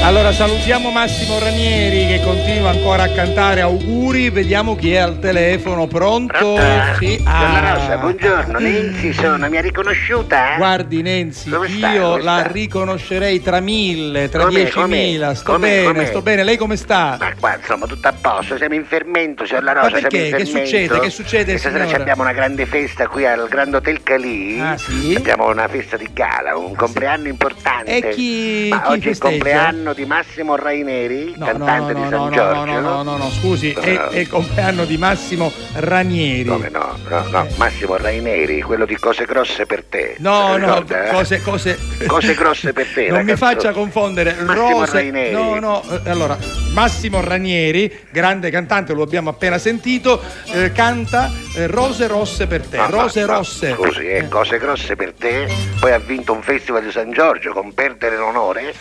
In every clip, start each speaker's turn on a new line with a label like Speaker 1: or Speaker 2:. Speaker 1: Allora salutiamo Massimo Ranieri che continua ancora a cantare auguri, vediamo chi è al telefono, pronto?
Speaker 2: Pronto?
Speaker 1: Sì, Ah,
Speaker 2: Donna Rosa, buongiorno, Nenzi sono, mi ha riconosciuta?
Speaker 1: Guardi Nenzi,
Speaker 2: Dove sta?
Speaker 1: io
Speaker 2: Dove
Speaker 1: la
Speaker 2: sta?
Speaker 1: riconoscerei tra mille, tra
Speaker 2: Com'è,
Speaker 1: diecimila,
Speaker 2: com'è?
Speaker 1: sto
Speaker 2: Com'è,
Speaker 1: bene,
Speaker 2: com'è?
Speaker 1: sto bene, lei come sta?
Speaker 2: Ma qua insomma tutto a posto, siamo in fermento, c'è la
Speaker 1: Ma
Speaker 2: rosa, siamo
Speaker 1: perché?
Speaker 2: in
Speaker 1: Che
Speaker 2: fermento.
Speaker 1: succede? Che succede,
Speaker 2: Questa sera ci
Speaker 1: signora?
Speaker 2: abbiamo una grande festa qui al Grand Hotel Calì.
Speaker 1: Ah, sì?
Speaker 2: Abbiamo una festa di gala, un compleanno importante.
Speaker 1: E chi-
Speaker 2: Ma
Speaker 1: chi
Speaker 2: oggi
Speaker 1: festeggia?
Speaker 2: è il compleanno di Massimo Raineri,
Speaker 1: No, no, no,
Speaker 2: cantante
Speaker 1: no,
Speaker 2: di
Speaker 1: no,
Speaker 2: San
Speaker 1: no,
Speaker 2: Giorgio.
Speaker 1: no, no, no, no, no, scusi,
Speaker 2: Come
Speaker 1: è,
Speaker 2: no?
Speaker 1: è il compleanno di Massimo Ranieri.
Speaker 2: Come no, no, no,
Speaker 1: Eh.
Speaker 2: Massimo Raineri, quello di Cose Grosse per te.
Speaker 1: No,
Speaker 2: Se lo
Speaker 1: no,
Speaker 2: ricorda, eh?
Speaker 1: cose, cose,
Speaker 2: Cose grosse per te,
Speaker 1: Non mi
Speaker 2: ragazzo.
Speaker 1: faccia confondere
Speaker 2: Massimo
Speaker 1: Rose.
Speaker 2: Raineri.
Speaker 1: No, no, eh, allora, Massimo Ranieri, grande cantante, lo abbiamo appena sentito, eh, canta eh, Rose rosse per te.
Speaker 2: No, no,
Speaker 1: Rose
Speaker 2: no,
Speaker 1: rosse.
Speaker 2: Ah, Scusi, eh,
Speaker 1: Eh,
Speaker 2: cose grosse per te. Poi ha vinto un festival di San Giorgio con Perdere l'onore.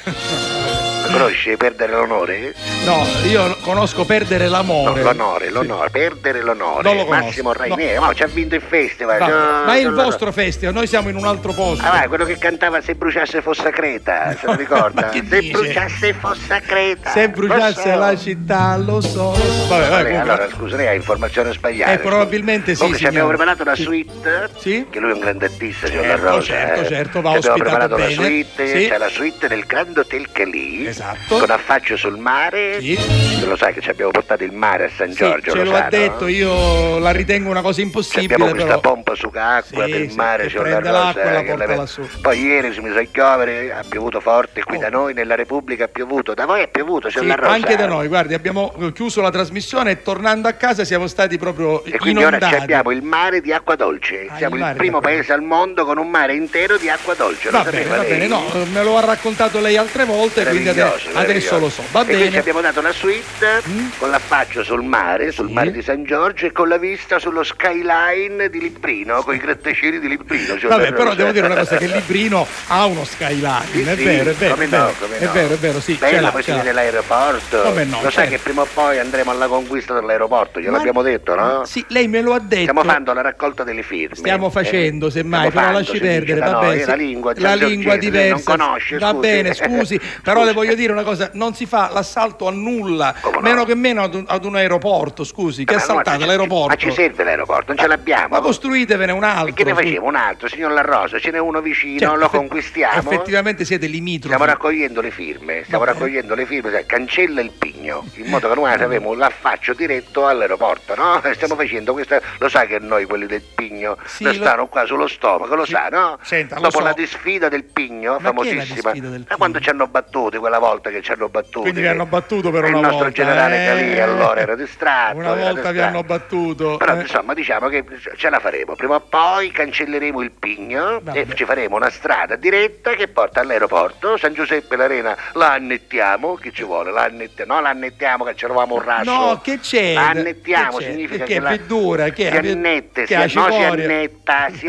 Speaker 2: Lo conosci Perdere l'onore?
Speaker 1: Eh, No, io conosco perdere
Speaker 2: No,
Speaker 1: l'amore.
Speaker 2: l'onore, l'onore, perdere l'onore.
Speaker 1: Non lo conosco,
Speaker 2: Massimo Raineri,
Speaker 1: no.
Speaker 2: ma ci ha vinto il festival.
Speaker 1: Va,
Speaker 2: no,
Speaker 1: ma è il
Speaker 2: non lo-
Speaker 1: vostro festival, noi siamo in un altro posto.
Speaker 2: Ah, vai, quello che cantava Se bruciasse fossa creta, se lo
Speaker 1: Ma
Speaker 2: ricorda?
Speaker 1: che
Speaker 2: se
Speaker 1: dice?
Speaker 2: bruciasse fossa creta.
Speaker 1: Se
Speaker 2: Lo
Speaker 1: bruciasse
Speaker 2: so.
Speaker 1: la città, lo so. Vabbè, vabbè,
Speaker 2: Vabbè,
Speaker 1: Eh, comunque-
Speaker 2: allora scusa, lei ha informazione sbagliata.
Speaker 1: Eh, probabilmente sì,
Speaker 2: Comunque ci abbiamo
Speaker 1: signora.
Speaker 2: preparato una
Speaker 1: Sì.
Speaker 2: suite,
Speaker 1: Sì?
Speaker 2: che lui è un grande artista, signor La
Speaker 1: Certo,
Speaker 2: Rosa.
Speaker 1: certo,
Speaker 2: eh.
Speaker 1: certo, va
Speaker 2: Ci abbiamo
Speaker 1: ospitato
Speaker 2: preparato la
Speaker 1: bene.
Speaker 2: suite,
Speaker 1: Sì.
Speaker 2: c'è la suite del Grand Hotel Calì,
Speaker 1: Esatto.
Speaker 2: con affaccio sul mare.
Speaker 1: Sì.
Speaker 2: Tu lo sai che ci abbiamo portato il mare a San
Speaker 1: Sì,
Speaker 2: Giorgio, eh.
Speaker 1: ce
Speaker 2: lo
Speaker 1: lo
Speaker 2: sa,
Speaker 1: ha detto,
Speaker 2: no?
Speaker 1: io la ritengo una cosa
Speaker 2: Ci
Speaker 1: impossibile.
Speaker 2: abbiamo questa
Speaker 1: però.
Speaker 2: pompa su acqua
Speaker 1: Sì,
Speaker 2: del
Speaker 1: sì,
Speaker 2: mare,
Speaker 1: che
Speaker 2: signor La
Speaker 1: prende
Speaker 2: Rosa,
Speaker 1: l'acqua e la
Speaker 2: che
Speaker 1: porta
Speaker 2: la-
Speaker 1: lassù.
Speaker 2: Poi ieri si mise a piovere, ha piovuto forte, qui
Speaker 1: Oh.
Speaker 2: da noi nella Repubblica ha piovuto, da voi ha piovuto, signor eh?
Speaker 1: Sì,
Speaker 2: La Rosa.
Speaker 1: anche da noi, guardi, abbiamo chiuso la trasmissione e tornando a casa siamo stati proprio
Speaker 2: E quindi
Speaker 1: inondati.
Speaker 2: ora ci abbiamo il mare di acqua dolce.
Speaker 1: Ah,
Speaker 2: Siamo
Speaker 1: il
Speaker 2: il,
Speaker 1: mare di
Speaker 2: primo
Speaker 1: acqua
Speaker 2: paese al mondo con un mare intero di acqua dolce.
Speaker 1: Va
Speaker 2: lo
Speaker 1: bene,
Speaker 2: sapeva
Speaker 1: va
Speaker 2: lei?
Speaker 1: bene, no, eh, me lo ha raccontato lei altre volte, quindi ade-
Speaker 2: Meraviglioso,
Speaker 1: adesso,
Speaker 2: meraviglioso.
Speaker 1: lo so. Va
Speaker 2: e Quindi ci
Speaker 1: bene.
Speaker 2: abbiamo dato una suite
Speaker 1: Mm?
Speaker 2: con l'affaccio sul mare, sul
Speaker 1: Sì.
Speaker 2: mare di San Giorgio e con la vista sullo skyline di Librino, con i grattacieli di Librino. cioè
Speaker 1: Vabbè,
Speaker 2: una
Speaker 1: però
Speaker 2: cosa-
Speaker 1: devo dire una cosa che il Librino ha uno skyline,
Speaker 2: Sì,
Speaker 1: è
Speaker 2: sì,
Speaker 1: vero, è vero,
Speaker 2: come
Speaker 1: è vero,
Speaker 2: no, come
Speaker 1: è
Speaker 2: no.
Speaker 1: vero, è vero, sì, ce
Speaker 2: Bella
Speaker 1: l'ha,
Speaker 2: poi
Speaker 1: ce
Speaker 2: si
Speaker 1: l'ha.
Speaker 2: vede l'aeroporto.
Speaker 1: Come no,
Speaker 2: Lo sai
Speaker 1: certo.
Speaker 2: che prima o poi andremo alla conquista dell'aeroporto,
Speaker 1: Ma-
Speaker 2: gliel'abbiamo detto, no?
Speaker 1: Sì, lei me lo ha detto.
Speaker 2: Stiamo facendo la raccolta delle firme.
Speaker 1: Ecco. Stiamo facendo,
Speaker 2: Eh,
Speaker 1: semmai,
Speaker 2: stiamo
Speaker 1: però
Speaker 2: fando,
Speaker 1: lasci
Speaker 2: si dice,
Speaker 1: perdere,
Speaker 2: da
Speaker 1: va
Speaker 2: noi,
Speaker 1: bene.
Speaker 2: La
Speaker 1: sì.
Speaker 2: lingua,
Speaker 1: La lingua
Speaker 2: giorgese,
Speaker 1: diversa.
Speaker 2: Non conosce,
Speaker 1: va
Speaker 2: scusi.
Speaker 1: bene, scusi, però le
Speaker 2: Scusi.
Speaker 1: voglio dire una cosa, non si fa l'assalto a nulla,
Speaker 2: Come no? Eh,
Speaker 1: meno che meno ad un, ad un aeroporto, scusi, che
Speaker 2: Ma allora
Speaker 1: assaltate
Speaker 2: ci-
Speaker 1: l'aeroporto. Ah,
Speaker 2: Ma ci serve l'aeroporto, non ce l'abbiamo.
Speaker 1: Ma costruitevene un altro.
Speaker 2: E che ne
Speaker 1: scusi.
Speaker 2: facevo? Un altro, signor La Rosa, ce n'è uno vicino,
Speaker 1: Cioè,
Speaker 2: lo
Speaker 1: effe-
Speaker 2: conquistiamo.
Speaker 1: Effettivamente siete limitrofi.
Speaker 2: Stiamo raccogliendo le firme, stiamo
Speaker 1: Va bene.
Speaker 2: raccogliendo le firme, cioè, cancella il pigno, in modo che noi avremo l'affaccio diretto all'aeroporto, no? Stiamo facendo questa, lo sai che noi quelli del pigno
Speaker 1: Sì,
Speaker 2: ne
Speaker 1: lo-
Speaker 2: stanno qua sullo stomaco, lo
Speaker 1: Sì.
Speaker 2: sa, no?
Speaker 1: Senta, lo
Speaker 2: Dopo
Speaker 1: so.
Speaker 2: la disfida del pigno,
Speaker 1: Ma chi è la
Speaker 2: famosissima,
Speaker 1: disfida del
Speaker 2: da quando
Speaker 1: Pigno?
Speaker 2: ci hanno battuti quella volta che ci hanno battuti.
Speaker 1: Quindi vi
Speaker 2: che
Speaker 1: hanno battuto per
Speaker 2: il
Speaker 1: una
Speaker 2: nostro
Speaker 1: volta.
Speaker 2: generale
Speaker 1: eh.
Speaker 2: Calì allora era distratto.
Speaker 1: Una
Speaker 2: era
Speaker 1: volta vi
Speaker 2: distratto.
Speaker 1: hanno battuto.
Speaker 2: Però
Speaker 1: eh.
Speaker 2: insomma diciamo che ce la faremo, prima o poi cancelleremo il pigno
Speaker 1: Vabbè.
Speaker 2: e ci faremo una strada diretta che porta all'aeroporto, San Giuseppe l'Arena la annettiamo, chi ci vuole? La annett- no la annettiamo che ce l'avamo un rasso.
Speaker 1: No, che c'è?
Speaker 2: La annettiamo
Speaker 1: Che c'è?
Speaker 2: significa
Speaker 1: Che
Speaker 2: che, la-
Speaker 1: è più dura, che è-
Speaker 2: si annette,
Speaker 1: che
Speaker 2: si,
Speaker 1: ha
Speaker 2: no, si
Speaker 1: cicoria.
Speaker 2: annetta, si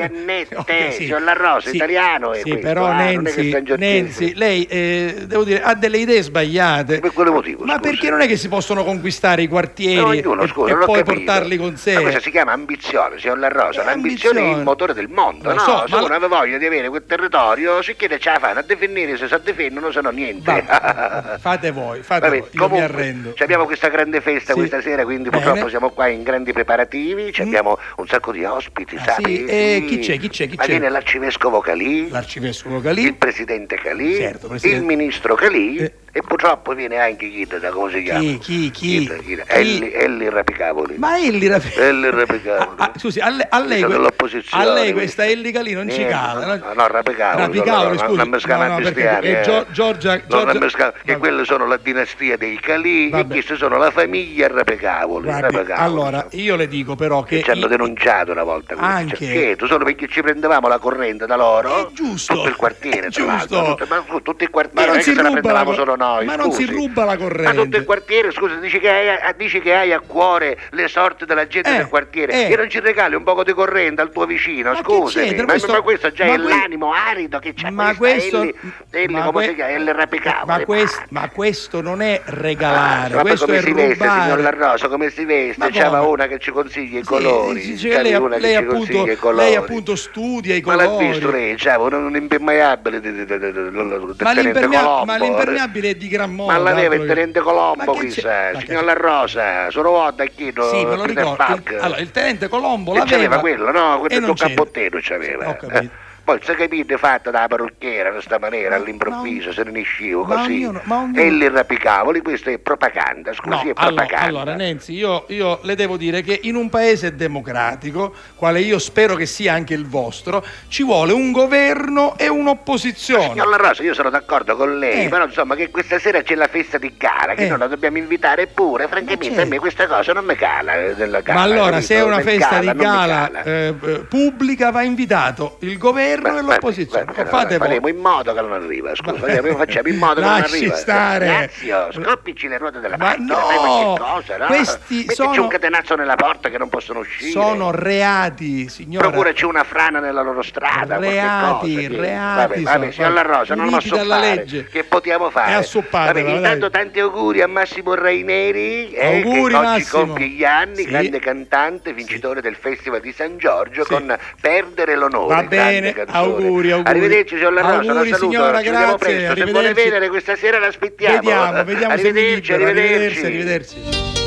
Speaker 2: annette,
Speaker 1: Ok, sì.
Speaker 2: signor La Rosa,
Speaker 1: Sì.
Speaker 2: italiano è
Speaker 1: Sì,
Speaker 2: questo,
Speaker 1: però
Speaker 2: ah, non è che
Speaker 1: Nenzi,
Speaker 2: San Giorgese.
Speaker 1: Nenzi, lei eh, devo dire, ha delle idee sbagliate.
Speaker 2: Per quale motivo,
Speaker 1: Ma
Speaker 2: scusi?
Speaker 1: perché non è che si possono conquistare i quartieri
Speaker 2: No, ognuno,
Speaker 1: e,
Speaker 2: scusa,
Speaker 1: e
Speaker 2: non ho
Speaker 1: poi
Speaker 2: capito.
Speaker 1: portarli con sé?
Speaker 2: Ma questa si chiama ambizione, signor La Rosa.
Speaker 1: Eh,
Speaker 2: L'ambizione è
Speaker 1: ambizione.
Speaker 2: il motore del mondo,
Speaker 1: Lo
Speaker 2: no?
Speaker 1: so,
Speaker 2: se
Speaker 1: ma
Speaker 2: uno
Speaker 1: la-
Speaker 2: aveva voglia di avere quel territorio, si chiede ce la fanno a definire, se sa definire non sanno niente.
Speaker 1: Va- fate voi, fate
Speaker 2: Vabbè,
Speaker 1: voi, io
Speaker 2: comunque,
Speaker 1: mi arrendo.
Speaker 2: ci abbiamo questa grande festa
Speaker 1: Sì.
Speaker 2: questa sera, quindi
Speaker 1: Bene.
Speaker 2: purtroppo siamo qua in grandi preparativi, ci
Speaker 1: Mm.
Speaker 2: abbiamo un sacco di ospiti,
Speaker 1: Ah,
Speaker 2: sai?
Speaker 1: sì? E chi c'è, chi c'è, chi
Speaker 2: Ma
Speaker 1: c'è?
Speaker 2: viene l'arcivescovo Calì,
Speaker 1: L'arcivescovo
Speaker 2: il
Speaker 1: Calì,
Speaker 2: presidente Calì,
Speaker 1: Certo, presidente.
Speaker 2: il ministro Calì
Speaker 1: Eh.
Speaker 2: e purtroppo viene anche chi, da come si chiama?
Speaker 1: chi, chi, chi?
Speaker 2: Chi- chi-
Speaker 1: Chi?
Speaker 2: Elli, Elli Rapicavoli.
Speaker 1: Ma Elli Raffaele.
Speaker 2: Elli Rapicavoli.
Speaker 1: Ah, ah, scusi, a lei, a lei,
Speaker 2: Questa
Speaker 1: que-
Speaker 2: Diciamo dell'opposizione,
Speaker 1: a lei
Speaker 2: questa.
Speaker 1: questa Elli Calì non ci
Speaker 2: Niente,
Speaker 1: cala.
Speaker 2: no, no, Rapicavoli,
Speaker 1: Rapicavoli,
Speaker 2: no, no,
Speaker 1: scusi.
Speaker 2: non mi scappa
Speaker 1: No,
Speaker 2: a
Speaker 1: no, perché-
Speaker 2: pistiare,
Speaker 1: e
Speaker 2: eh.
Speaker 1: Gio- Giorgia-
Speaker 2: No,
Speaker 1: Giorgia-
Speaker 2: non mi scappa, che
Speaker 1: Vabbè.
Speaker 2: quelle sono la dinastia dei Calì
Speaker 1: Vabbè.
Speaker 2: e queste sono la famiglia Rapicavoli.
Speaker 1: Guardi,
Speaker 2: Rapicavoli.
Speaker 1: allora, io le dico però che...
Speaker 2: Che ci hanno
Speaker 1: i-
Speaker 2: denunciato una volta questi
Speaker 1: Anche.
Speaker 2: cerchietti, solo perché ci prendevamo la corrente da loro
Speaker 1: È giusto.
Speaker 2: tutto il quartiere
Speaker 1: È
Speaker 2: tra l'altro,
Speaker 1: giusto.
Speaker 2: tutto- ma scusa, tutto
Speaker 1: Ma
Speaker 2: il
Speaker 1: non
Speaker 2: quartiere non è
Speaker 1: si
Speaker 2: che se la
Speaker 1: ruba la
Speaker 2: prendevamo
Speaker 1: cor-
Speaker 2: solo noi
Speaker 1: ma non si
Speaker 2: scusi.
Speaker 1: ruba la
Speaker 2: ma tutto
Speaker 1: corrente.
Speaker 2: il quartiere scusa dici che hai, dici che hai a cuore le sorti della gente
Speaker 1: Eh,
Speaker 2: del quartiere
Speaker 1: eh.
Speaker 2: e non ci regali un poco di corrente al tuo vicino
Speaker 1: Ma che
Speaker 2: scusami
Speaker 1: c'entra
Speaker 2: ma,
Speaker 1: questo-
Speaker 2: ma questo già
Speaker 1: ma
Speaker 2: è
Speaker 1: que-
Speaker 2: l'animo arido che c'ha
Speaker 1: ma
Speaker 2: questa
Speaker 1: questo,
Speaker 2: Elli, Elli,
Speaker 1: ma
Speaker 2: come
Speaker 1: que-
Speaker 2: si chiama Elli Rapicavoli
Speaker 1: ma, quest-
Speaker 2: ma-
Speaker 1: ma questo non è
Speaker 2: Ah,
Speaker 1: regalare,
Speaker 2: ma
Speaker 1: questo
Speaker 2: come
Speaker 1: è
Speaker 2: si veste, signor
Speaker 1: rubare.
Speaker 2: Larroso? Come si
Speaker 1: Ma
Speaker 2: veste? C'era
Speaker 1: come?
Speaker 2: una che ci consiglia i
Speaker 1: Sì,
Speaker 2: colori.
Speaker 1: sì, sì,
Speaker 2: c'era
Speaker 1: lei,
Speaker 2: una che
Speaker 1: lei
Speaker 2: ci
Speaker 1: appunto,
Speaker 2: consiglia i
Speaker 1: lei
Speaker 2: colori.
Speaker 1: appunto studia i
Speaker 2: Ma l'ha
Speaker 1: colori.
Speaker 2: visto lei? C'era un, un impermeabile di, di, di, di, di, di, di,
Speaker 1: Ma
Speaker 2: tenente
Speaker 1: l'impermea-
Speaker 2: Colombo,
Speaker 1: ma Impegnabile è di gran modo.
Speaker 2: Ma la deve
Speaker 1: altro
Speaker 2: il
Speaker 1: che-
Speaker 2: tenente Colombo,
Speaker 1: Ma che c'è?
Speaker 2: chissà,
Speaker 1: Ma che-
Speaker 2: signor La Rosa, sono vuoto a chi non
Speaker 1: Sì, me lo
Speaker 2: Peter
Speaker 1: ricordo.
Speaker 2: Falk.
Speaker 1: Il, allora, il tenente Colombo
Speaker 2: E
Speaker 1: Boh, l'aveva.
Speaker 2: c'aveva quello, no? Quello
Speaker 1: e non
Speaker 2: il
Speaker 1: c'era.
Speaker 2: cappottino c'aveva.
Speaker 1: Ho capito.
Speaker 2: Eh, Poi se capite fatta dalla parrucchiera in questa maniera
Speaker 1: Ma-
Speaker 2: all'improvviso,
Speaker 1: ma-
Speaker 2: se ne niscivo
Speaker 1: ma
Speaker 2: così.
Speaker 1: ognuno- ma ognuno-
Speaker 2: E li rapicavoli, questa è propaganda,
Speaker 1: No,
Speaker 2: scusi, è
Speaker 1: allo- allora,
Speaker 2: propaganda.
Speaker 1: Nenzi, io, io le devo dire che in un paese democratico, quale io spero che sia anche il vostro, ci vuole un governo e un'opposizione.
Speaker 2: Signor La Rosa, io sono d'accordo con lei,
Speaker 1: Eh.
Speaker 2: però insomma che questa sera c'è la festa di gara, che
Speaker 1: Eh.
Speaker 2: noi la dobbiamo invitare pure, francamente
Speaker 1: certo.
Speaker 2: a me questa cosa non mi cala. eh, della gala,
Speaker 1: Ma allora,
Speaker 2: capito?
Speaker 1: se è una
Speaker 2: Del
Speaker 1: festa
Speaker 2: gala,
Speaker 1: di
Speaker 2: non mi
Speaker 1: gala eh, eh, pubblica, va invitato il governo
Speaker 2: Beh,
Speaker 1: e
Speaker 2: beh,
Speaker 1: l'opposizione.
Speaker 2: beh, beh,
Speaker 1: Eh, Fate voi.
Speaker 2: faremo in modo che non arriva, scusa, faremo- facciamo in modo che non
Speaker 1: Lasci
Speaker 2: arriva.
Speaker 1: stare.
Speaker 2: Grazie, oh, scoppici le ruote della
Speaker 1: Ma
Speaker 2: macchina,
Speaker 1: no,
Speaker 2: fai qualche cosa, no?
Speaker 1: questi
Speaker 2: Mettici
Speaker 1: sono-
Speaker 2: un catenazzo nella porta che non possono uscire.
Speaker 1: Sono reati, signora.
Speaker 2: Procuraci una frana nella loro strada. qualche
Speaker 1: Reati,
Speaker 2: cosa, sì.
Speaker 1: reati
Speaker 2: Vabbè, vabbè
Speaker 1: sono,
Speaker 2: signor La Rosa, non lo
Speaker 1: puniti
Speaker 2: posso
Speaker 1: dalla
Speaker 2: fare.
Speaker 1: legge. Eh,
Speaker 2: Che potevamo fare?
Speaker 1: E assoppadela,
Speaker 2: Vabbè,
Speaker 1: dai.
Speaker 2: intanto tanti auguri a Massimo Raineri, eh,
Speaker 1: Auguri,
Speaker 2: che oggi
Speaker 1: Massimo.
Speaker 2: compie gli anni,
Speaker 1: Sì.
Speaker 2: grande cantante, vincitore del Festival di San Giorgio
Speaker 1: Sì.
Speaker 2: con Perdere l'onore.
Speaker 1: Va
Speaker 2: grande
Speaker 1: bene,
Speaker 2: canzone.
Speaker 1: auguri, auguri.
Speaker 2: Arrivederci, signor La Rosa, la
Speaker 1: Auguri,
Speaker 2: saluto,
Speaker 1: signora,
Speaker 2: ci vediamo
Speaker 1: grazie,
Speaker 2: presto. Se
Speaker 1: arrivederci.
Speaker 2: vuole venere questa sera l'aspettiamo.
Speaker 1: Vediamo, vediamo se è
Speaker 2: arrivederci,
Speaker 1: libero.
Speaker 2: arrivederci.
Speaker 1: arrivederci, arrivederci.